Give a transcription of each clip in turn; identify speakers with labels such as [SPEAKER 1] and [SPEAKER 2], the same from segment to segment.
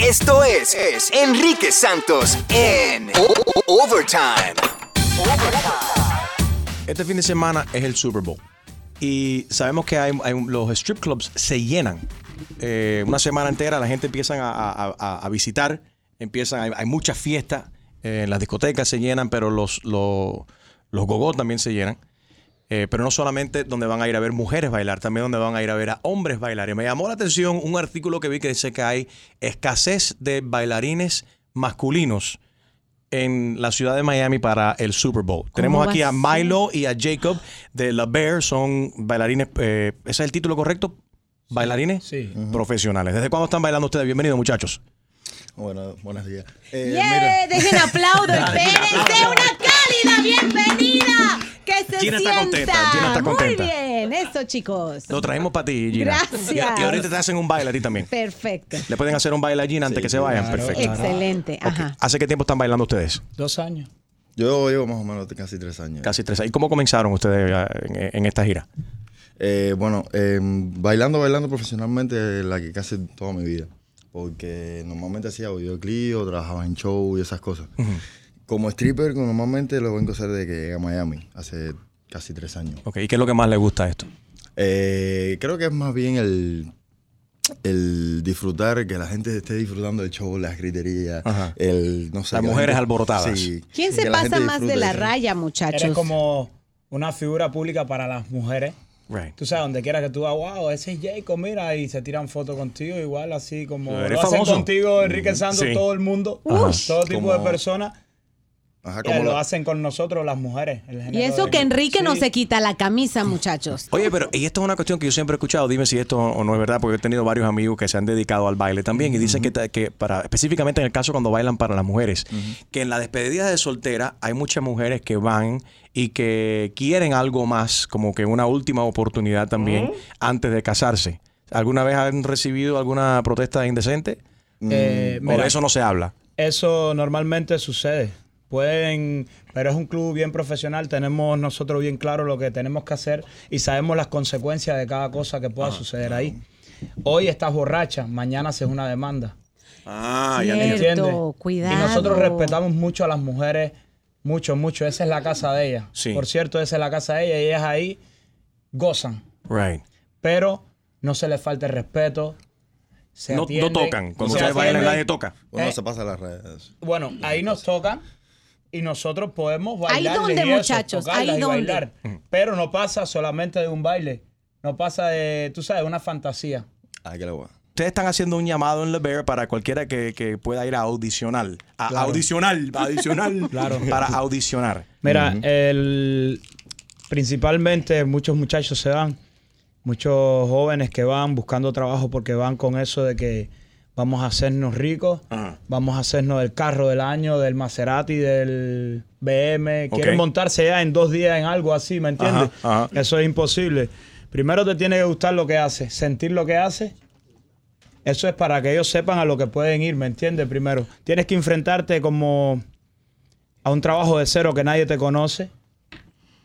[SPEAKER 1] Esto es, es Enrique Santos en O- O- Overtime.
[SPEAKER 2] Este fin de semana es el Super Bowl. Y sabemos que hay, hay- los strip clubs se llenan. Eh, una semana entera la gente empieza a, a- a- a visitar, empiezan, hay, hay muchas fiestas, eh, las discotecas se llenan, pero los, los, los gogó también se llenan. Eh, pero no solamente donde van a ir a ver mujeres bailar, también donde van a ir a ver a hombres bailar. Y me llamó la atención un artículo que vi que dice que hay escasez de bailarines masculinos en la ciudad de Miami para el Super Bowl. Tenemos
[SPEAKER 3] va
[SPEAKER 2] aquí
[SPEAKER 3] a
[SPEAKER 2] a Milo y a Jacob de La Bear, son bailarines, eh, ¿ese es el título correcto? ¿Bailarines?
[SPEAKER 4] Sí.
[SPEAKER 2] Profesionales. ¿Desde cuándo están bailando ustedes? Bienvenidos, muchachos.
[SPEAKER 4] Bueno, buenos días. Eh,
[SPEAKER 5] ¡Yeah! ¡Dejen aplaudo! ¡Espérense! ¡Una cálida bienvenida! ¡Que se
[SPEAKER 2] Gina está
[SPEAKER 5] sienta!
[SPEAKER 2] contenta, Gina está contenta.
[SPEAKER 5] Muy bien, eso chicos.
[SPEAKER 2] Lo traemos para ti, Gina.
[SPEAKER 5] Gracias.
[SPEAKER 2] Y, y ahorita te hacen un baile a ti también.
[SPEAKER 5] Perfecto.
[SPEAKER 2] Le pueden hacer un baile a Gina antes que se vayan. Perfecto.
[SPEAKER 5] Excelente. Ajá.
[SPEAKER 2] ¿Hace qué tiempo están bailando ustedes?
[SPEAKER 4] Dos años. Yo llevo más o menos casi tres años.
[SPEAKER 2] Casi tres. ¿Y cómo comenzaron ustedes eh, en, en esta gira?
[SPEAKER 4] Eh, bueno, eh, bailando, bailando profesionalmente, la que casi toda mi vida. Porque normalmente hacía videoclip o trabajaba en show y esas cosas. Como stripper, como normalmente lo vengo a hacer desde que llegué a Miami, hace casi tres años.
[SPEAKER 2] Ok, ¿Y qué es lo que más les gusta a esto?
[SPEAKER 4] Eh, creo que es más bien el, el disfrutar, que la gente esté disfrutando del show, las griterías,
[SPEAKER 2] Ajá.
[SPEAKER 4] el, no sé.
[SPEAKER 2] Las
[SPEAKER 4] que la
[SPEAKER 2] mujeres
[SPEAKER 4] gente-
[SPEAKER 2] alborotadas.
[SPEAKER 4] Sí,
[SPEAKER 5] ¿Quién se
[SPEAKER 4] que la
[SPEAKER 5] pasa
[SPEAKER 4] gente
[SPEAKER 5] más de
[SPEAKER 4] disfrute
[SPEAKER 5] la
[SPEAKER 4] eso.
[SPEAKER 5] raya, muchachos?
[SPEAKER 6] Eres como una figura pública para las mujeres. Tú sabes, donde quiera que tú vas, wow, ese es Jacob, mira, y se tiran fotos contigo, igual así como
[SPEAKER 2] Eres
[SPEAKER 6] lo hacen
[SPEAKER 2] famoso.
[SPEAKER 6] contigo, Enrique
[SPEAKER 2] Mm,
[SPEAKER 6] Santos,
[SPEAKER 2] sí.
[SPEAKER 6] todo el mundo,
[SPEAKER 2] Ajá.
[SPEAKER 6] todo tipo
[SPEAKER 2] Como-
[SPEAKER 6] de personas,
[SPEAKER 4] Ajá,
[SPEAKER 6] y
[SPEAKER 4] como
[SPEAKER 6] lo
[SPEAKER 4] la-
[SPEAKER 6] hacen con nosotros las mujeres. el
[SPEAKER 5] Y
[SPEAKER 6] género
[SPEAKER 5] eso
[SPEAKER 6] de-
[SPEAKER 5] que Enrique no
[SPEAKER 6] Sí.
[SPEAKER 5] se quita la camisa, muchachos.
[SPEAKER 2] Oye, pero y esto es una cuestión que yo siempre he escuchado. Dime si esto o no es verdad, porque yo he tenido varios amigos que se han dedicado al baile también y dicen que ta- que, para específicamente en el caso cuando bailan para las mujeres, que en las despedidas de soltera hay muchas mujeres que van y que quieren algo más, como que una última oportunidad también antes de casarse. ¿Alguna vez han recibido alguna protesta indecente?
[SPEAKER 6] Eh,
[SPEAKER 2] Mm, o
[SPEAKER 6] mira.
[SPEAKER 2] de eso no se habla.
[SPEAKER 6] Eso normalmente sucede. Pueden, pero es un club bien profesional, tenemos nosotros bien claro lo que tenemos que hacer y sabemos las consecuencias de cada cosa que
[SPEAKER 2] Ah,
[SPEAKER 6] pueda suceder ahí. Hoy estás borracha, mañana haces una demanda.
[SPEAKER 2] Ah,
[SPEAKER 6] ¿Me entiendes? Y nosotros respetamos mucho a las mujeres, mucho, mucho. Esa es la casa de ellas.
[SPEAKER 2] Sí.
[SPEAKER 6] Por cierto, esa es la casa de ellas y ellas ahí gozan,
[SPEAKER 2] Right.
[SPEAKER 6] pero no se les falta el respeto. se
[SPEAKER 2] No, no
[SPEAKER 6] atienden,
[SPEAKER 2] tocan. Cuando
[SPEAKER 6] se
[SPEAKER 2] ustedes bailan,
[SPEAKER 6] atienden.
[SPEAKER 2] nadie toca.
[SPEAKER 4] Uno
[SPEAKER 6] Eh.
[SPEAKER 4] se pasa las redes.
[SPEAKER 6] Bueno, ahí nos tocan y nosotros podemos bailar.
[SPEAKER 5] dónde, muchachos? ¿Ahí dónde?
[SPEAKER 2] Mm.
[SPEAKER 6] Pero no pasa solamente de un baile. No pasa de, tú sabes, una fantasía.
[SPEAKER 4] Ah, qué la guay.
[SPEAKER 2] Ustedes están haciendo un llamado en La Bear para cualquiera que, que pueda ir a audicionar. A
[SPEAKER 6] Claro.
[SPEAKER 2] audicionar, audicionar.
[SPEAKER 6] Claro.
[SPEAKER 2] Para audicionar.
[SPEAKER 6] Mira, el, principalmente muchos muchachos se van, muchos jóvenes que van buscando trabajo porque van con eso de que vamos a hacernos ricos, vamos a hacernos del carro del año, del Maserati, del BM.
[SPEAKER 2] Ok.
[SPEAKER 6] Quieren montarse ya en dos días en algo así, ¿me entiendes?
[SPEAKER 2] Ajá, ajá.
[SPEAKER 6] Eso es imposible. Primero te tiene que gustar lo que haces, sentir lo que haces eso es para que ellos sepan a lo que pueden ir, ¿me entiendes? Primero, tienes que enfrentarte como a un trabajo de cero que nadie te conoce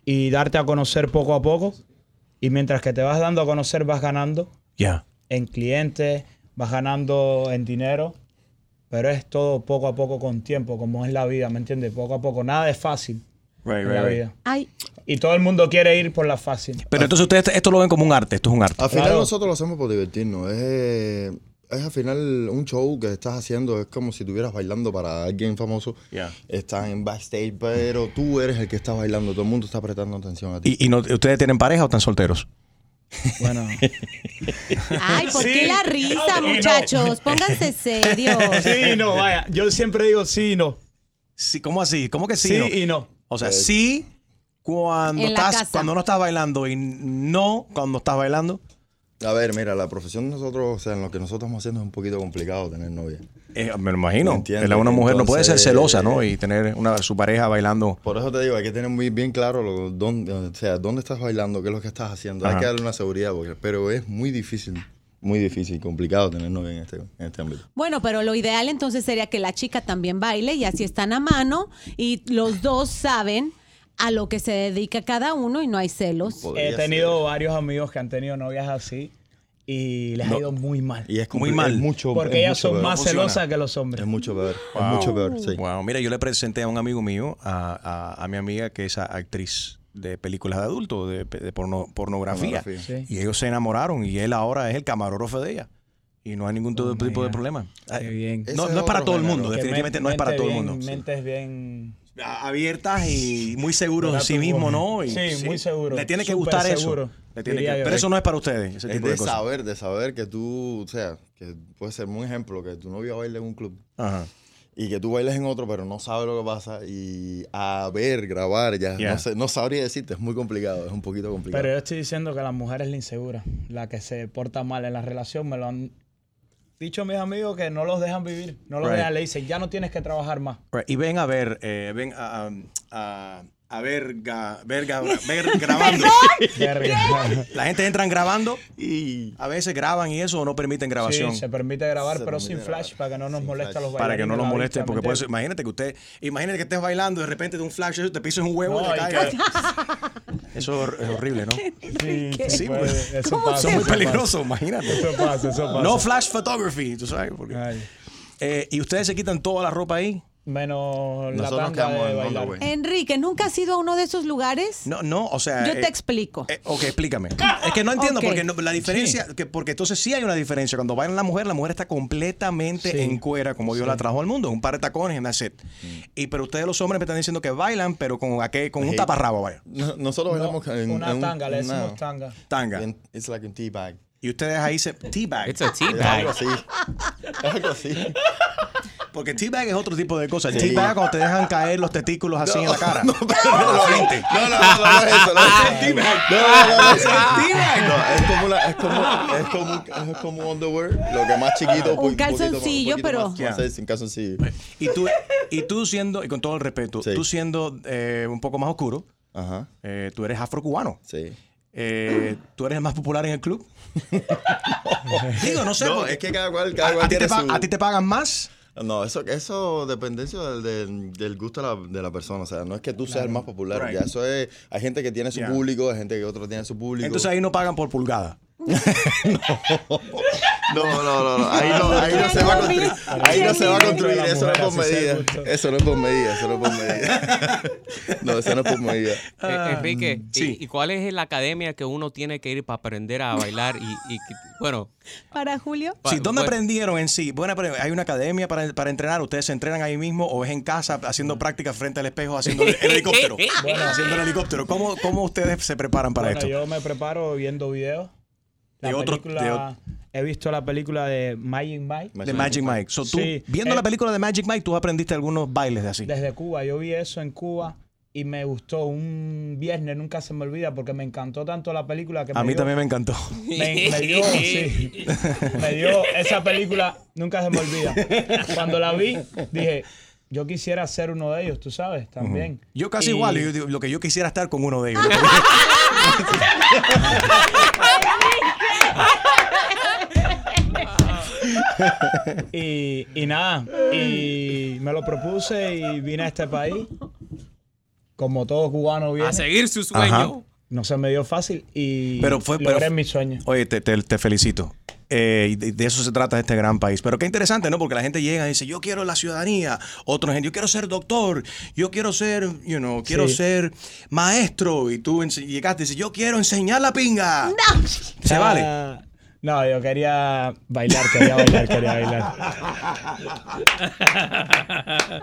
[SPEAKER 6] y darte a conocer poco a poco. Y mientras que te vas dando a conocer, vas ganando
[SPEAKER 2] Ya.
[SPEAKER 6] en clientes, vas ganando en dinero. Pero es todo poco a poco con tiempo, como es la vida, ¿me entiendes? Poco a poco, nada es fácil
[SPEAKER 2] Right,
[SPEAKER 6] en
[SPEAKER 2] right,
[SPEAKER 6] la
[SPEAKER 2] right.
[SPEAKER 6] vida.
[SPEAKER 5] Ay,
[SPEAKER 6] Y todo el mundo quiere ir por la fácil.
[SPEAKER 2] Pero entonces ustedes esto lo ven como un arte, esto es un arte.
[SPEAKER 4] Al final
[SPEAKER 6] Claro.
[SPEAKER 4] nosotros lo hacemos por divertirnos. Es, eh, es al final un show que estás haciendo, es como si estuvieras bailando para alguien famoso.
[SPEAKER 2] Ya.
[SPEAKER 4] Estás en backstage, pero tú eres el que está bailando. Todo el mundo está prestando atención a ti.
[SPEAKER 2] ¿Y, y no- ustedes tienen pareja o están solteros?
[SPEAKER 6] Bueno,
[SPEAKER 5] ay, ¿por qué
[SPEAKER 6] Sí.
[SPEAKER 5] la risa,
[SPEAKER 6] Y no.
[SPEAKER 5] muchachos? Pónganse serios.
[SPEAKER 6] sí, no, vaya. Yo siempre digo sí y no.
[SPEAKER 2] Sí, ¿cómo así? ¿Cómo que sí?
[SPEAKER 6] Sí
[SPEAKER 2] no?
[SPEAKER 6] y no. Eh,
[SPEAKER 2] O sea, sí cuando
[SPEAKER 5] En la
[SPEAKER 2] estás
[SPEAKER 5] casa.
[SPEAKER 2] cuando no estás bailando y no cuando estás bailando.
[SPEAKER 4] A ver, mira, la profesión de nosotros, o sea, en lo que nosotros estamos haciendo es un poquito complicado tener novia.
[SPEAKER 2] Eh, me lo imagino.
[SPEAKER 4] Entiendo,
[SPEAKER 2] La- una mujer no puede ser
[SPEAKER 4] entonces,
[SPEAKER 2] celosa, ¿no?
[SPEAKER 4] eh,
[SPEAKER 2] Y tener una, su pareja bailando.
[SPEAKER 4] Por eso te digo, hay que tener muy bien claro lo- dónde, o sea, dónde estás bailando, qué es lo que estás haciendo. Hay
[SPEAKER 2] Ajá.
[SPEAKER 4] que darle una seguridad, porque, pero es muy difícil, muy difícil, complicado tener novia en este, en este ámbito.
[SPEAKER 5] Bueno, pero lo ideal entonces sería que la chica también baile y así están a mano y los dos saben a lo que se dedica cada uno y no hay celos.
[SPEAKER 4] Podría
[SPEAKER 6] He
[SPEAKER 4] ser.
[SPEAKER 6] tenido varios amigos que han tenido novias así y les ha ido muy mal.
[SPEAKER 4] Y es compli-
[SPEAKER 2] Muy mal.
[SPEAKER 4] es mucho,
[SPEAKER 6] porque
[SPEAKER 4] es
[SPEAKER 6] ellas
[SPEAKER 4] mucho
[SPEAKER 6] son
[SPEAKER 4] peor.
[SPEAKER 6] más
[SPEAKER 2] funciona.
[SPEAKER 6] celosas que los hombres.
[SPEAKER 4] Es mucho peor, es mucho peor, sí. Este
[SPEAKER 2] Wow, mira, yo le presenté a un amigo mío, a, a- a mi amiga que es a- actriz de películas de adultos, de, pe- de porno- pornografía.
[SPEAKER 4] Pornografía.
[SPEAKER 2] Y ellos se enamoraron y él ahora es el camarógrafo de ella. Y no hay ningún todo tipo de problema. Ah,
[SPEAKER 6] Oh, Qué bien.
[SPEAKER 4] Ese
[SPEAKER 2] No,
[SPEAKER 4] es
[SPEAKER 2] no es para
[SPEAKER 4] otro
[SPEAKER 2] todo el
[SPEAKER 4] género.
[SPEAKER 2] mundo,
[SPEAKER 4] Que
[SPEAKER 2] definitivamente
[SPEAKER 6] men-
[SPEAKER 2] no es para
[SPEAKER 6] mente
[SPEAKER 2] todo el
[SPEAKER 6] bien-
[SPEAKER 2] mundo. Sí.
[SPEAKER 6] Mentes bien.
[SPEAKER 2] a- abiertas y muy seguros de
[SPEAKER 6] Relato
[SPEAKER 2] sí mismo,
[SPEAKER 6] bueno.
[SPEAKER 2] ¿no? Y,
[SPEAKER 6] Sí, muy seguro.
[SPEAKER 2] Le tiene que
[SPEAKER 6] Súper
[SPEAKER 2] gustar
[SPEAKER 6] seguro,
[SPEAKER 2] eso. Le tiene
[SPEAKER 6] diría
[SPEAKER 2] que-
[SPEAKER 6] yo.
[SPEAKER 2] pero eso no es para ustedes, ese
[SPEAKER 4] Es
[SPEAKER 2] tipo de,
[SPEAKER 4] de
[SPEAKER 2] cosas.
[SPEAKER 4] saber, de saber que tú, o sea, que puede ser un ejemplo, que tu novio baile en un club
[SPEAKER 2] Ajá.
[SPEAKER 4] y que tú bailes en otro, pero no sabes lo que pasa y a ver, grabar, ya,
[SPEAKER 2] Yeah.
[SPEAKER 4] no, sé, no sabría decirte, es muy complicado, es un poquito complicado.
[SPEAKER 6] Pero yo estoy diciendo que la mujer es la insegura, la que se porta mal en la relación. Me lo han dicho mis amigos que no los dejan vivir, no los
[SPEAKER 2] Right.
[SPEAKER 6] dejan. Le dicen, ya no tienes que trabajar más.
[SPEAKER 2] Right, Y ven a ver, eh, ven a, a, a- a ver, ga- ver, ga- ver grabando.
[SPEAKER 6] Verga.
[SPEAKER 2] La gente entran grabando y a veces graban y eso o no permiten grabación.
[SPEAKER 6] Sí, se permite grabar,
[SPEAKER 4] Se
[SPEAKER 6] pero
[SPEAKER 4] permite
[SPEAKER 6] sin flash,
[SPEAKER 4] grabar,
[SPEAKER 6] para que no nos
[SPEAKER 4] sin
[SPEAKER 6] moleste a
[SPEAKER 4] flash.
[SPEAKER 6] los bailarines.
[SPEAKER 2] para que no los
[SPEAKER 6] la
[SPEAKER 2] molesten,
[SPEAKER 6] vista,
[SPEAKER 2] porque
[SPEAKER 6] ¿me
[SPEAKER 2] puede ser-
[SPEAKER 6] entiendes?
[SPEAKER 2] imagínate que usted, imagínate que estés bailando y de repente de un flash eso, te pises un huevo y
[SPEAKER 6] No,
[SPEAKER 2] te
[SPEAKER 6] y
[SPEAKER 2] caes. Eso es hor- es horrible, ¿no?
[SPEAKER 6] Sí,
[SPEAKER 2] Sí,
[SPEAKER 6] puede-
[SPEAKER 2] pues.
[SPEAKER 6] eso
[SPEAKER 5] ¿Cómo
[SPEAKER 6] pasa,
[SPEAKER 5] se
[SPEAKER 2] Eso es muy
[SPEAKER 6] eso pasa.
[SPEAKER 2] peligroso, imagínate.
[SPEAKER 6] Eso pasa, eso pasa.
[SPEAKER 2] No flash photography, tú sabes. porque-
[SPEAKER 6] Ay,
[SPEAKER 2] Eh, y ustedes se quitan toda la ropa ahí.
[SPEAKER 6] Menos
[SPEAKER 4] Nosotros
[SPEAKER 6] la tanga
[SPEAKER 4] quedamos
[SPEAKER 6] de
[SPEAKER 4] en
[SPEAKER 6] bailar.
[SPEAKER 5] Eh,
[SPEAKER 4] underwear.
[SPEAKER 5] Enrique, ¿nunca has ido a uno de esos lugares?
[SPEAKER 2] No, no, o sea.
[SPEAKER 5] Yo
[SPEAKER 2] eh,
[SPEAKER 5] te explico.
[SPEAKER 2] eh, ok, explícame.
[SPEAKER 4] Ah,
[SPEAKER 2] Es que no entiendo
[SPEAKER 5] Ok.
[SPEAKER 2] porque no- la diferencia, que porque entonces sí hay una diferencia. Cuando bailan la mujer, la mujer está completamente
[SPEAKER 6] Sí.
[SPEAKER 2] en cuera, como Dios la trajo al mundo, un par de tacones en la set.
[SPEAKER 4] Mm.
[SPEAKER 2] Y pero ustedes los hombres me están diciendo que bailan, pero con aquel, con un
[SPEAKER 4] Sí.
[SPEAKER 2] taparrabo, vaya.
[SPEAKER 4] No- nosotros bailamos
[SPEAKER 6] No,
[SPEAKER 4] en
[SPEAKER 6] una
[SPEAKER 4] en un-
[SPEAKER 6] tanga, le
[SPEAKER 4] una-
[SPEAKER 6] decimos tanga.
[SPEAKER 2] Tanga.
[SPEAKER 4] en- It's like a tea bag.
[SPEAKER 2] Y ustedes ahí se teabag.
[SPEAKER 7] It's a tea
[SPEAKER 4] Es
[SPEAKER 7] bag.
[SPEAKER 4] algo así. Es algo así.
[SPEAKER 2] Porque teabag es otro tipo de cosa. El
[SPEAKER 4] Sí.
[SPEAKER 2] Teabag cuando te dejan caer los testículos así en la cara.
[SPEAKER 4] No, pero no, no, no, no, no, no es eso. No, es eso. no, no, no, no, es eso. No, es como una, es como, es como, un- es como un underwear, lo que más chiquito,
[SPEAKER 5] Un
[SPEAKER 4] po- poquito más-
[SPEAKER 5] calzoncillo,
[SPEAKER 4] poquito
[SPEAKER 5] pero-
[SPEAKER 4] más- más es, un calzoncillo.
[SPEAKER 2] Y tú, y tú siendo, y con todo el respeto,
[SPEAKER 4] Sí.
[SPEAKER 2] tú siendo eh, un poco más oscuro,
[SPEAKER 4] Ajá,
[SPEAKER 2] eh, tú eres afrocubano.
[SPEAKER 4] sí.
[SPEAKER 2] Eh, ¿Tú eres el más popular en el club? Digo, no sé.
[SPEAKER 4] No,
[SPEAKER 2] porque-
[SPEAKER 4] es que cada cual, cada
[SPEAKER 2] a,
[SPEAKER 4] cual
[SPEAKER 2] a ti te
[SPEAKER 4] tiene
[SPEAKER 2] pa-
[SPEAKER 4] su-
[SPEAKER 2] a ti te pagan más.
[SPEAKER 4] No, eso, eso dependencia del, del- del gusto de la, de la persona. O sea, no es que tú seas el más popular.
[SPEAKER 2] Right.
[SPEAKER 4] Ya eso es. Hay gente que tiene su
[SPEAKER 2] Yeah.
[SPEAKER 4] público, hay gente que otro tiene su público.
[SPEAKER 2] Entonces ahí no pagan por pulgada.
[SPEAKER 4] no, no, no, no. Ahí no, ahí no se va a construir. Ahí no se va a construir. Eso no es por medida. Eso no es por medida. Eso no es por medida. No, eso no es por medida.
[SPEAKER 6] Ah.
[SPEAKER 7] Eh, Enrique,
[SPEAKER 6] mm,
[SPEAKER 7] ¿y-
[SPEAKER 2] sí.
[SPEAKER 7] ¿y, cuál es la academia que uno tiene que ir para aprender a bailar? Y, y que- bueno,
[SPEAKER 5] Para Julio.
[SPEAKER 2] Sí,
[SPEAKER 7] bueno,
[SPEAKER 2] ¿Dónde aprendieron en sí? Bueno, pero ¿hay una academia para, para entrenar? ¿Ustedes se entrenan ahí mismo o es en casa haciendo prácticas frente al espejo haciendo el, el helicóptero?
[SPEAKER 6] Bueno.
[SPEAKER 2] haciendo el helicóptero. ¿Cómo, cómo ustedes se preparan para
[SPEAKER 6] Bueno,
[SPEAKER 2] esto?
[SPEAKER 6] yo me preparo viendo videos. La
[SPEAKER 2] De otro-
[SPEAKER 6] película-
[SPEAKER 2] de otro-
[SPEAKER 6] He visto la película de Magic Mike.
[SPEAKER 2] De Magic Mike. So, tú,
[SPEAKER 6] Sí,
[SPEAKER 2] viendo
[SPEAKER 6] eh,
[SPEAKER 2] la película de Magic Mike, tú aprendiste algunos bailes de así.
[SPEAKER 6] Desde Cuba, yo vi eso en Cuba y me gustó un viernes, nunca se me olvida porque me encantó tanto la película que
[SPEAKER 2] A
[SPEAKER 6] me
[SPEAKER 2] mí
[SPEAKER 6] dio-
[SPEAKER 2] también me encantó.
[SPEAKER 6] Me, me dio, sí. Me dio esa película, nunca se me olvida. Cuando la vi, dije, yo quisiera ser uno de ellos, tú sabes, también.
[SPEAKER 2] Yo casi
[SPEAKER 6] Y-
[SPEAKER 2] igual. yo digo, lo que yo quisiera estar con uno de ellos.
[SPEAKER 6] Y, y nada, y me lo propuse y vine a este país. Como todo cubano
[SPEAKER 7] a
[SPEAKER 6] viene,
[SPEAKER 7] seguir su sueño.
[SPEAKER 2] Ajá.
[SPEAKER 6] no se me dio fácil y
[SPEAKER 2] Pero fue- pero
[SPEAKER 6] logré
[SPEAKER 2] fue-
[SPEAKER 6] mi sueño.
[SPEAKER 2] Oye, te, te- te felicito. Eh, y de, de eso se trata este gran país. Pero qué interesante, ¿no? Porque la gente llega y dice, yo quiero la ciudadanía. Otros gente, yo quiero ser doctor. Yo quiero ser, you know, quiero
[SPEAKER 6] Sí.
[SPEAKER 2] ser maestro. Y tú ense- llegaste y dices, yo quiero enseñar la pinga. ¿Se vale?
[SPEAKER 6] Ah, No, yo quería bailar, quería bailar, quería bailar.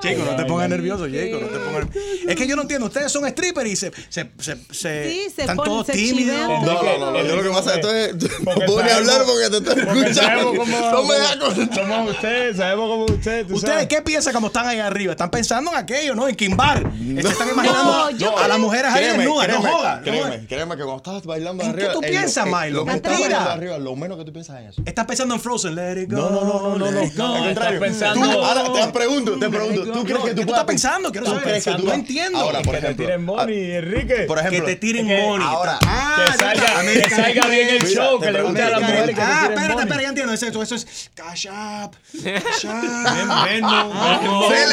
[SPEAKER 2] Chico, no te pongas nervioso, Chico. No te pongas... Es que yo no entiendo. Ustedes son strippers y se. se, se, se-
[SPEAKER 5] Sí, se
[SPEAKER 2] están
[SPEAKER 5] ponen-
[SPEAKER 2] todos
[SPEAKER 5] se
[SPEAKER 2] tímidos.
[SPEAKER 5] chivean.
[SPEAKER 4] No, no, no, no, yo lo que pasa es que esto es- no puedo ni
[SPEAKER 6] sabemos-
[SPEAKER 4] hablar porque te estoy
[SPEAKER 6] porque
[SPEAKER 4] escuchando.
[SPEAKER 6] sabemos cómo-
[SPEAKER 4] No me da
[SPEAKER 6] cómo-
[SPEAKER 4] con-
[SPEAKER 6] Somos ustedes, sabemos cómo ustedes. tú
[SPEAKER 2] ¿Ustedes
[SPEAKER 6] sabes.
[SPEAKER 2] qué piensan como están ahí arriba? ¿Están pensando en aquello, no? En Kimbar. Se están imaginando
[SPEAKER 5] yo
[SPEAKER 2] a las
[SPEAKER 5] creo-
[SPEAKER 2] mujeres ahí
[SPEAKER 4] Créeme,
[SPEAKER 2] desnudas. No
[SPEAKER 4] créeme,
[SPEAKER 2] jodas. no
[SPEAKER 4] Créeme,
[SPEAKER 2] jodas.
[SPEAKER 4] créeme que cuando estás bailando
[SPEAKER 2] ¿En qué
[SPEAKER 4] arriba.
[SPEAKER 2] tú
[SPEAKER 4] lo-
[SPEAKER 2] piensas,
[SPEAKER 4] en
[SPEAKER 2] Milo?
[SPEAKER 4] Lo que
[SPEAKER 2] Mentira.
[SPEAKER 4] estás bailando arriba, lo menos que tú piensas es eso.
[SPEAKER 2] Estás pensando en Frozen. Let it go.
[SPEAKER 4] No, no, no, no, no, no.
[SPEAKER 2] let it go.
[SPEAKER 4] Al contrario.
[SPEAKER 6] estás
[SPEAKER 4] Tú,
[SPEAKER 6] pensando-
[SPEAKER 4] ahora te pregunto, te pregunto.
[SPEAKER 2] No,
[SPEAKER 4] ¿Tú crees
[SPEAKER 2] ¿qué
[SPEAKER 4] que tú
[SPEAKER 2] tú
[SPEAKER 4] puedas-
[SPEAKER 2] estás pensando? Quiero
[SPEAKER 4] ¿Tú
[SPEAKER 2] saber.
[SPEAKER 4] crees que tú
[SPEAKER 2] No
[SPEAKER 4] vas-
[SPEAKER 2] entiendo.
[SPEAKER 4] Ahora, por
[SPEAKER 6] Que te
[SPEAKER 4] ejemplo.
[SPEAKER 6] tiren money, Enrique.
[SPEAKER 4] Por
[SPEAKER 2] Que
[SPEAKER 4] ejemplo.
[SPEAKER 2] te tiren
[SPEAKER 6] es que
[SPEAKER 2] money.
[SPEAKER 4] Ahora.
[SPEAKER 2] Ah,
[SPEAKER 6] que salga,
[SPEAKER 2] American
[SPEAKER 6] que salga bien el
[SPEAKER 4] Mira,
[SPEAKER 6] show,
[SPEAKER 4] te
[SPEAKER 6] que le guste a las
[SPEAKER 4] pregunto,
[SPEAKER 6] mujeres que te
[SPEAKER 2] Ah,
[SPEAKER 6] tiren
[SPEAKER 2] espérate,
[SPEAKER 6] money.
[SPEAKER 2] espérate, ya entiendo. Eso, eso es cash up. Cash
[SPEAKER 7] Ven,
[SPEAKER 2] up. Ah,
[SPEAKER 7] ven, no, no.
[SPEAKER 4] Se le,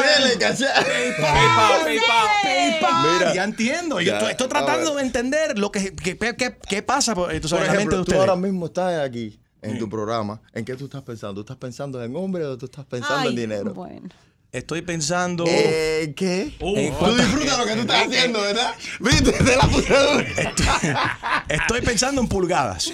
[SPEAKER 4] se le caché.
[SPEAKER 7] PayPal, PayPal.
[SPEAKER 2] Mira,
[SPEAKER 4] Mira.
[SPEAKER 2] ya entiendo. Yo
[SPEAKER 4] Ya,
[SPEAKER 2] estoy, estoy
[SPEAKER 4] a
[SPEAKER 2] tratando de
[SPEAKER 4] ver.
[SPEAKER 2] entender lo que, que, que- que- que pasa pues, eh, por, entonces,
[SPEAKER 4] Por
[SPEAKER 2] en la mente de
[SPEAKER 4] ejemplo, tú
[SPEAKER 2] ustedes.
[SPEAKER 4] ahora mismo estás aquí en tu programa. ¿En qué tú estás pensando? ¿Tú estás pensando en hombre o tú estás pensando
[SPEAKER 5] Ay,
[SPEAKER 4] en dinero?
[SPEAKER 5] Bueno.
[SPEAKER 2] Estoy pensando.
[SPEAKER 4] Eh, ¿Qué?
[SPEAKER 2] en
[SPEAKER 4] Tú
[SPEAKER 2] cuántas-
[SPEAKER 4] disfrutas lo que tú estás haciendo, ¿verdad? Viste, te la puse dura.
[SPEAKER 2] Estoy pensando en pulgadas. Sí,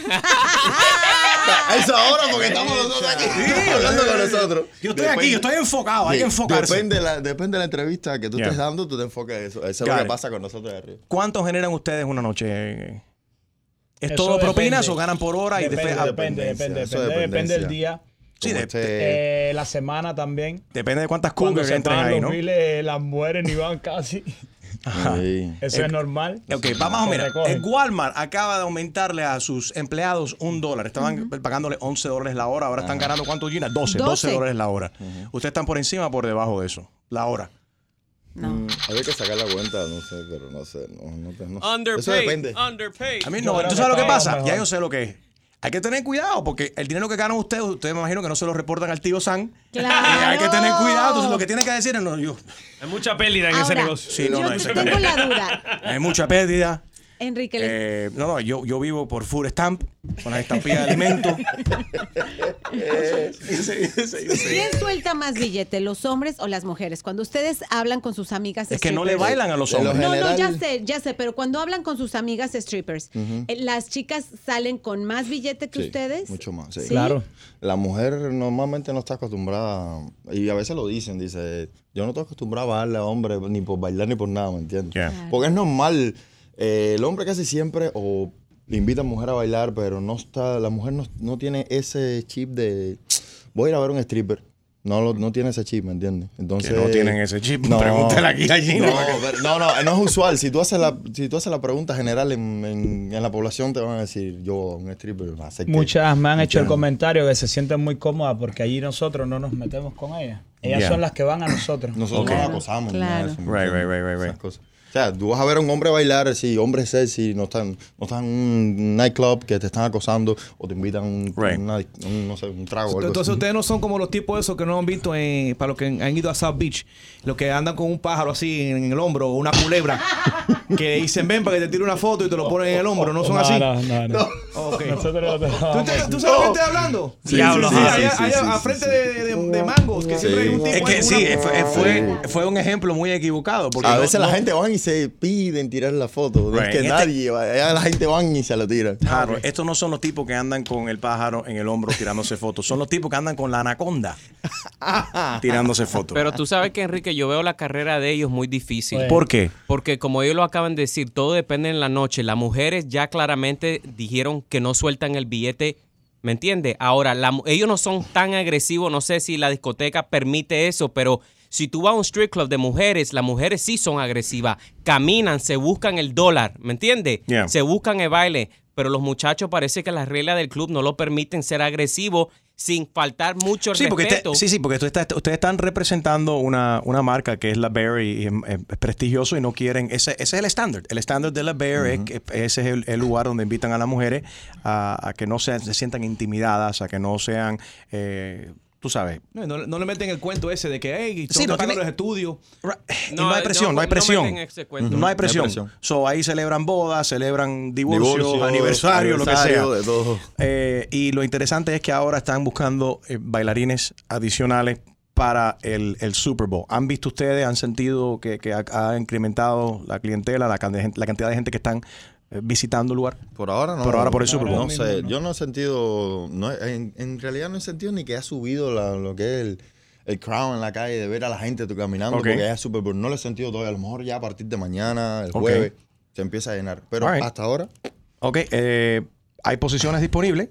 [SPEAKER 4] Eso ahora porque estamos nosotros aquí hablando con nosotros.
[SPEAKER 2] Yo estoy aquí, yo estoy enfocado, hay que enfocarse.
[SPEAKER 4] Depende la, depende de la entrevista que tú
[SPEAKER 2] Yeah.
[SPEAKER 4] estés dando, tú te enfocas en eso. Eso
[SPEAKER 2] Got
[SPEAKER 4] es lo
[SPEAKER 2] it.
[SPEAKER 4] que pasa con nosotros de arriba.
[SPEAKER 2] ¿Cuánto generan ustedes una noche? ¿Es
[SPEAKER 6] Eso
[SPEAKER 2] todo
[SPEAKER 6] depende.
[SPEAKER 2] propinas o ganan por hora? y
[SPEAKER 6] Depende,
[SPEAKER 2] después- ah,
[SPEAKER 6] depende, depende,
[SPEAKER 4] eso
[SPEAKER 6] depende, depende
[SPEAKER 4] dependencia.
[SPEAKER 6] del día,
[SPEAKER 2] Sí,
[SPEAKER 4] Como
[SPEAKER 2] de-
[SPEAKER 4] este-
[SPEAKER 6] eh, la semana también.
[SPEAKER 2] depende de cuántas
[SPEAKER 6] Cuando
[SPEAKER 2] cougars
[SPEAKER 6] se
[SPEAKER 2] entren
[SPEAKER 6] pagan
[SPEAKER 2] ahí,
[SPEAKER 6] los
[SPEAKER 2] ¿no?
[SPEAKER 6] miles, eh, las mujeres ni van casi.
[SPEAKER 4] Sí.
[SPEAKER 6] Eso
[SPEAKER 2] Eh,
[SPEAKER 6] es normal.
[SPEAKER 2] Ok, vamos a
[SPEAKER 6] Se
[SPEAKER 2] mirar.
[SPEAKER 6] recoge.
[SPEAKER 2] El Walmart acaba de aumentarle a sus empleados un dólar. Estaban pagándole 11 dólares la hora. Ahora están ganando, ¿cuánto, Gina? 12, 12,
[SPEAKER 5] 12
[SPEAKER 2] dólares la hora. Ustedes están por encima o por debajo de eso, la hora.
[SPEAKER 5] No.
[SPEAKER 4] Había que sacar la cuenta, no sé, pero no sé. No, no, te- no. Eso depende.
[SPEAKER 7] Underpaid, underpaid.
[SPEAKER 2] A mí no,
[SPEAKER 6] Yo creo
[SPEAKER 2] ¿tú
[SPEAKER 6] que
[SPEAKER 2] sabes lo que
[SPEAKER 6] pagan
[SPEAKER 2] pasa?
[SPEAKER 6] mejor.
[SPEAKER 2] Ya yo sé lo que es. Hay que tener cuidado porque el dinero que ganan ustedes, ustedes me imagino que no se lo reportan al tío San.
[SPEAKER 5] Claro.
[SPEAKER 2] Y hay que tener cuidado. Entonces, lo que tienen que decir es: no, yo,
[SPEAKER 3] Hay mucha pérdida en ese
[SPEAKER 5] Ahora,
[SPEAKER 3] negocio.
[SPEAKER 2] Sí, no,
[SPEAKER 5] yo
[SPEAKER 2] no,
[SPEAKER 5] te-
[SPEAKER 2] exactamente.
[SPEAKER 5] tengo la duda.
[SPEAKER 2] hay mucha pérdida.
[SPEAKER 5] Enrique, le-
[SPEAKER 2] Eh, no, no, yo, yo vivo por Food Stamp, con las estampillas de alimentos.
[SPEAKER 5] ¿quién suelta más billete, los hombres o las mujeres? Cuando ustedes hablan con sus amigas
[SPEAKER 2] es que no le
[SPEAKER 5] strippers-
[SPEAKER 2] bailan a los
[SPEAKER 4] En los
[SPEAKER 2] hombres.
[SPEAKER 5] No, no, ya
[SPEAKER 4] general-
[SPEAKER 5] sé, ya sé, pero cuando hablan con sus amigas strippers, eh, ¿las chicas salen con más billete que
[SPEAKER 4] Sí,
[SPEAKER 5] ustedes?
[SPEAKER 4] Mucho más, sí.
[SPEAKER 6] Claro.
[SPEAKER 4] La mujer normalmente no está acostumbrada, y a veces lo dicen, dice, yo no estoy acostumbrada a bailarle a hombre ni por bailar ni por nada, ¿me entiendes?
[SPEAKER 2] Yeah.
[SPEAKER 4] Porque es normal, eh, el hombre casi siempre o le invita a mujer a bailar, pero no está, la mujer no, no tiene ese chip de, voy a ir a ver un stripper. No, lo- no tiene ese chip, ¿me entiendes? Entonces,
[SPEAKER 2] no tienen ese chip, pregúntale aquí a Gina.
[SPEAKER 4] No, pero- no, no, no es usual. Si tú haces la, si tú haces la pregunta general en, en- en la población, te van a decir, yo, un stripper, acepté.
[SPEAKER 6] Muchas me han hecho el
[SPEAKER 4] Entiendo.
[SPEAKER 6] comentario que se sienten muy cómodas porque allí nosotros no nos metemos con ellas. Ellas
[SPEAKER 2] Yeah.
[SPEAKER 6] son las que van a nosotros.
[SPEAKER 4] Nosotros
[SPEAKER 2] Ok.
[SPEAKER 4] no acosamos. ni nada de eso, ¿me
[SPEAKER 2] Right,
[SPEAKER 4] entiendes?
[SPEAKER 2] right, right, right,
[SPEAKER 4] Esas
[SPEAKER 2] right.
[SPEAKER 4] cosas. O sea, tú vas a ver a un hombre bailar, si hombre sexy, no están, no están en un nightclub que te están acosando o te invitan un,
[SPEAKER 2] Right.
[SPEAKER 4] una- un, no sé, un trago o algo
[SPEAKER 3] Entonces
[SPEAKER 4] así.
[SPEAKER 3] ustedes no son como los tipos esos que no han visto en- para los que han ido a South Beach, los que andan con un pájaro así en el hombro o una culebra, que dicen ven para que te tire una foto y te lo ponen en el hombro, no son
[SPEAKER 6] No,
[SPEAKER 3] así.
[SPEAKER 6] no, no, no.
[SPEAKER 3] Ok.
[SPEAKER 6] Nosotros no
[SPEAKER 3] ¿Tú,
[SPEAKER 6] trabajamos
[SPEAKER 3] te-
[SPEAKER 6] así.
[SPEAKER 3] tú sabes de qué estoy hablando?
[SPEAKER 4] Sí, Diablo, sí, sí,
[SPEAKER 3] allá,
[SPEAKER 4] sí, sí,
[SPEAKER 3] allá
[SPEAKER 4] sí,
[SPEAKER 3] a
[SPEAKER 4] sí,
[SPEAKER 3] frente
[SPEAKER 4] sí.
[SPEAKER 3] de, de- de mangos, que siempre hay un tipo
[SPEAKER 2] Es que
[SPEAKER 3] en
[SPEAKER 2] sí,
[SPEAKER 3] una-
[SPEAKER 2] fue, fue, fue un ejemplo muy equivocado. Porque
[SPEAKER 4] a
[SPEAKER 2] no-
[SPEAKER 4] veces la
[SPEAKER 2] Eh, no-
[SPEAKER 4] gente van y se piden tirar la foto. No
[SPEAKER 2] Right.
[SPEAKER 4] es que
[SPEAKER 2] En este-
[SPEAKER 4] nadie, va- allá la gente van y se lo tiran.
[SPEAKER 2] Claro, estos no son los tipos que andan con el pájaro en el hombro tirándose fotos. Son los tipos que andan con la anaconda tirándose fotos.
[SPEAKER 7] Pero tú sabes que, Enrique, yo veo la carrera de ellos muy difícil.
[SPEAKER 6] Bueno.
[SPEAKER 2] ¿Por qué?
[SPEAKER 7] Porque como ellos lo acaban de decir, todo depende en la noche. Las mujeres ya claramente dijeron que no sueltan el billete. ¿Me entiendes? Ahora, la mu- ellos no son tan agresivos. No sé si la discoteca permite eso, pero si tú vas a un strip club de mujeres, las mujeres sí son agresivas. Caminan, se buscan el dólar. ¿Me entiendes?
[SPEAKER 2] Yeah.
[SPEAKER 7] Se buscan el baile. Pero los muchachos parece que las reglas del club no lo permiten ser agresivos sin faltar mucho el
[SPEAKER 2] Sí, porque,
[SPEAKER 7] respeto.
[SPEAKER 2] usted- sí, sí, porque tú estás- ustedes están representando una, una marca que es la Bear y es, es prestigioso y no quieren. Ese, ese es el estándar. El estándar de la Bear es que ese es el, el lugar donde invitan a las mujeres a, a que no sean- se sientan intimidadas, a que no sean. eh, tú sabes.
[SPEAKER 3] No, no- no le meten el cuento ese de que, hey,
[SPEAKER 2] Sí,
[SPEAKER 3] sí,
[SPEAKER 2] no
[SPEAKER 3] no
[SPEAKER 2] tiene-
[SPEAKER 3] los estudios.
[SPEAKER 2] Y
[SPEAKER 7] No,
[SPEAKER 2] no hay presión, no,
[SPEAKER 7] no,
[SPEAKER 2] hay
[SPEAKER 7] no
[SPEAKER 2] presión.
[SPEAKER 7] meten ese cuento.
[SPEAKER 2] Pues No hay
[SPEAKER 4] No hay
[SPEAKER 2] presión.
[SPEAKER 4] presión.
[SPEAKER 2] So, ahí celebran bodas, celebran divorcios,
[SPEAKER 4] Divorcios,
[SPEAKER 2] aniversarios, lo
[SPEAKER 4] aniversario,
[SPEAKER 2] que sea.
[SPEAKER 4] de todo.
[SPEAKER 2] Eh, y lo interesante es que ahora están buscando eh, bailarines adicionales para el, el Super Bowl. ¿Han visto ustedes, han sentido que, que ha, ha incrementado la clientela, la, can- la cantidad de gente que están eh, visitando el lugar?
[SPEAKER 4] Por ahora no.
[SPEAKER 2] Por ahora por el
[SPEAKER 4] Claro,
[SPEAKER 2] Super Bowl.
[SPEAKER 4] No sé, yo no he sentido, no, he- en, en realidad no he sentido ni que ha subido la- lo que es el, el crowd en la calle, de ver a la gente tú caminando,
[SPEAKER 2] Ok.
[SPEAKER 4] porque es Super Bowl. No lo he sentido todavía. A lo mejor ya a partir de mañana, el
[SPEAKER 2] Ok.
[SPEAKER 4] jueves, se empieza a llenar. Pero
[SPEAKER 2] Alright.
[SPEAKER 4] hasta ahora,
[SPEAKER 2] Ok, eh, hay posiciones disponibles.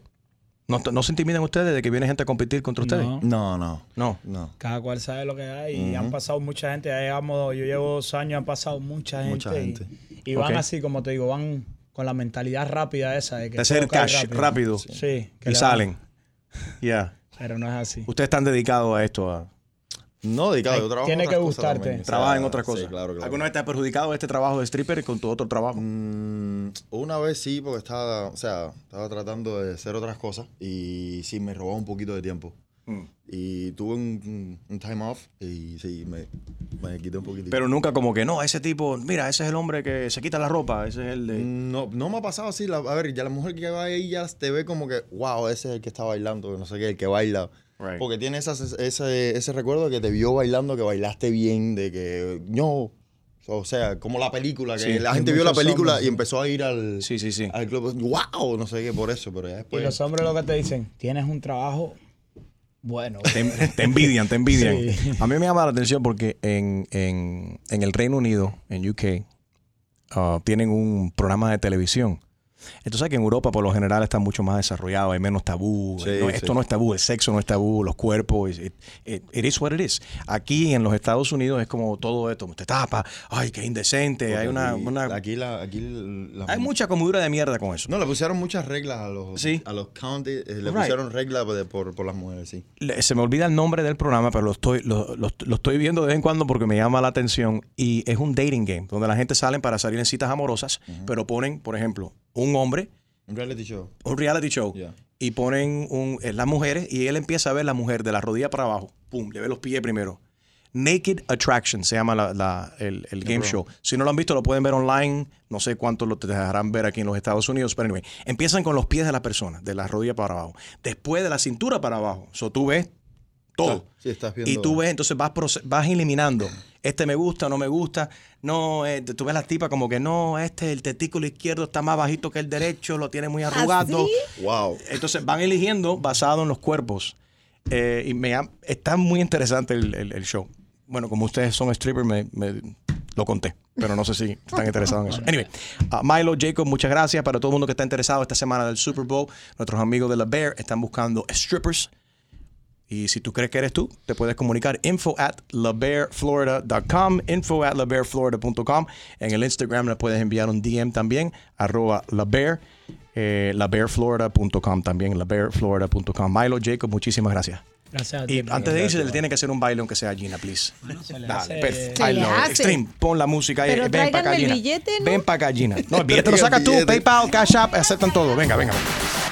[SPEAKER 2] ¿No, no se intimidan ustedes de que viene gente a competir contra ustedes?
[SPEAKER 6] No.
[SPEAKER 4] no, no.
[SPEAKER 2] No.
[SPEAKER 4] No.
[SPEAKER 6] Cada cual sabe lo que hay y
[SPEAKER 2] Ujú.
[SPEAKER 6] han pasado mucha gente. Ya llegamos, yo llevo dos años, han pasado mucha gente.
[SPEAKER 4] Mucha
[SPEAKER 6] y-
[SPEAKER 4] gente.
[SPEAKER 6] Y, van
[SPEAKER 2] Ok.
[SPEAKER 6] así, como te digo, van con la mentalidad rápida esa. De, que
[SPEAKER 2] De
[SPEAKER 6] todo
[SPEAKER 2] hacer
[SPEAKER 6] cae
[SPEAKER 2] cash rápido.
[SPEAKER 6] Sí. que le
[SPEAKER 2] Y
[SPEAKER 6] va-
[SPEAKER 2] salen. Ya.
[SPEAKER 6] Pero no es así.
[SPEAKER 2] Ustedes están dedicados a esto. A...
[SPEAKER 4] No, dedicado. Yo
[SPEAKER 6] Ay,
[SPEAKER 4] trabajo
[SPEAKER 6] tiene
[SPEAKER 4] en otras
[SPEAKER 6] que
[SPEAKER 4] cosas
[SPEAKER 6] gustarte.
[SPEAKER 4] también. O sea,
[SPEAKER 2] Trabajan en otras cosas.
[SPEAKER 4] Sí, claro, claro.
[SPEAKER 2] ¿Alguna vez te ha perjudicado este trabajo de stripper con tu otro trabajo?
[SPEAKER 4] Mm, Una vez sí, porque estaba, o sea, estaba tratando de hacer otras cosas y sí me robaba un poquito de tiempo.
[SPEAKER 2] Mm.
[SPEAKER 4] Y tuve un, un time off y sí, me, me quité un poquitito.
[SPEAKER 2] Pero nunca como que no, ese tipo, mira, ese es el hombre que se quita la ropa, ese es el de...
[SPEAKER 4] No, no me ha pasado así. la- a ver, ya la mujer que va ahí ya te ve como que, wow, ese es el que está bailando, que no sé qué, el que baila.
[SPEAKER 2] Right.
[SPEAKER 4] Porque tiene esas- ese, ese recuerdo de que te vio bailando, que bailaste bien, de que, no, o sea, como la película, que
[SPEAKER 2] Sí,
[SPEAKER 4] la
[SPEAKER 2] hay
[SPEAKER 4] gente vio la
[SPEAKER 2] muchos
[SPEAKER 4] película
[SPEAKER 2] hombres.
[SPEAKER 4] y empezó a ir al,
[SPEAKER 2] Sí, sí, sí.
[SPEAKER 4] al club, wow, no sé qué, por eso, pero ya
[SPEAKER 6] Y
[SPEAKER 4] después...
[SPEAKER 6] los hombres lo que te dicen, tienes un trabajo bueno.
[SPEAKER 2] Te, te envidian, te envidian.
[SPEAKER 6] Sí.
[SPEAKER 2] A mí me llama la atención porque en, en- en el Reino Unido, en UK, ah, tienen un programa de televisión. Entonces sabes que en Europa por lo general está mucho más desarrollado, hay menos tabú.
[SPEAKER 4] Sí,
[SPEAKER 2] No,
[SPEAKER 4] sí.
[SPEAKER 2] Esto no es tabú, el sexo no es tabú, los cuerpos. It, it- it is what it is. Aquí en los Estados Unidos es como todo esto, te tapa, ay, qué indecente.
[SPEAKER 4] Porque
[SPEAKER 2] hay una,
[SPEAKER 4] aquí-
[SPEAKER 2] una-
[SPEAKER 4] Aquí, la, aquí la-
[SPEAKER 2] hay mucha comidura de mierda con eso.
[SPEAKER 4] No, le pusieron muchas reglas a los,
[SPEAKER 2] Sí.
[SPEAKER 4] a los counties, eh, le
[SPEAKER 2] Right.
[SPEAKER 4] pusieron reglas de- por, por las mujeres, sí.
[SPEAKER 2] Le- se me olvida el nombre del programa, pero lo estoy, lo, lo- lo estoy viendo de vez en cuando porque me llama la atención. Y es un dating game, donde la gente salen para salir en citas amorosas, pero ponen, por ejemplo, un hombre,
[SPEAKER 4] Un reality show.
[SPEAKER 2] un reality show,
[SPEAKER 4] Ya.
[SPEAKER 2] y ponen un, eh, las mujeres, y él empieza a ver la mujer de la rodilla para abajo. Pum, le ve los pies primero. Naked Attraction se llama la- la- el, el game show. Si no lo han visto, lo pueden ver online. No sé cuánto lo te dejarán ver aquí en los Estados Unidos. Pero anyway, empiezan con los pies de la persona, de la rodilla para abajo. Después de la cintura para abajo. So tú ves todo.
[SPEAKER 4] Ah, Sí, estás viendo.
[SPEAKER 2] Y tú ves, entonces vas, proce- vas eliminando. Este me gusta, no me gusta. No, eh, tú ves las tipas como que no, este, el testículo izquierdo está más bajito que el derecho, lo tiene muy arrugado.
[SPEAKER 4] Wow.
[SPEAKER 2] Entonces van eligiendo basado en los cuerpos. Eh, y me ha- está muy interesante el, el- el show. Bueno, como ustedes son strippers, me, me- lo conté. Pero no sé si están interesados en eso. Anyway, ah, Milo, Jacob, muchas gracias. Para todo el mundo que está interesado esta semana del Super Bowl, nuestros amigos de La Bear están buscando strippers. Y si tú crees que eres tú, te puedes comunicar info at labearflorida.com, info at labearflorida.com. En el Instagram le puedes enviar un DM también, arroba labear, eh, labearflorida.com también, labearflorida.com. Milo, Jacob, muchísimas gracias.
[SPEAKER 6] Gracias a ti.
[SPEAKER 2] Y antes de irse,
[SPEAKER 6] Gracias.
[SPEAKER 2] le tiene que hacer un baile, aunque sea Gina, please.
[SPEAKER 6] se le hace-
[SPEAKER 2] Dale, perfecto.
[SPEAKER 5] Se
[SPEAKER 2] I
[SPEAKER 5] le
[SPEAKER 2] love it.
[SPEAKER 5] hace.
[SPEAKER 2] Extreme, pon la música.
[SPEAKER 5] Pero
[SPEAKER 2] eh, Ven para acá,
[SPEAKER 5] tráiganme el
[SPEAKER 2] Gina.
[SPEAKER 5] billete, ¿no?
[SPEAKER 2] Ven para acá, Gina. No, el billete lo sacas tú.
[SPEAKER 4] Billete.
[SPEAKER 2] PayPal, Cash App, aceptan todo. Venga, venga. venga.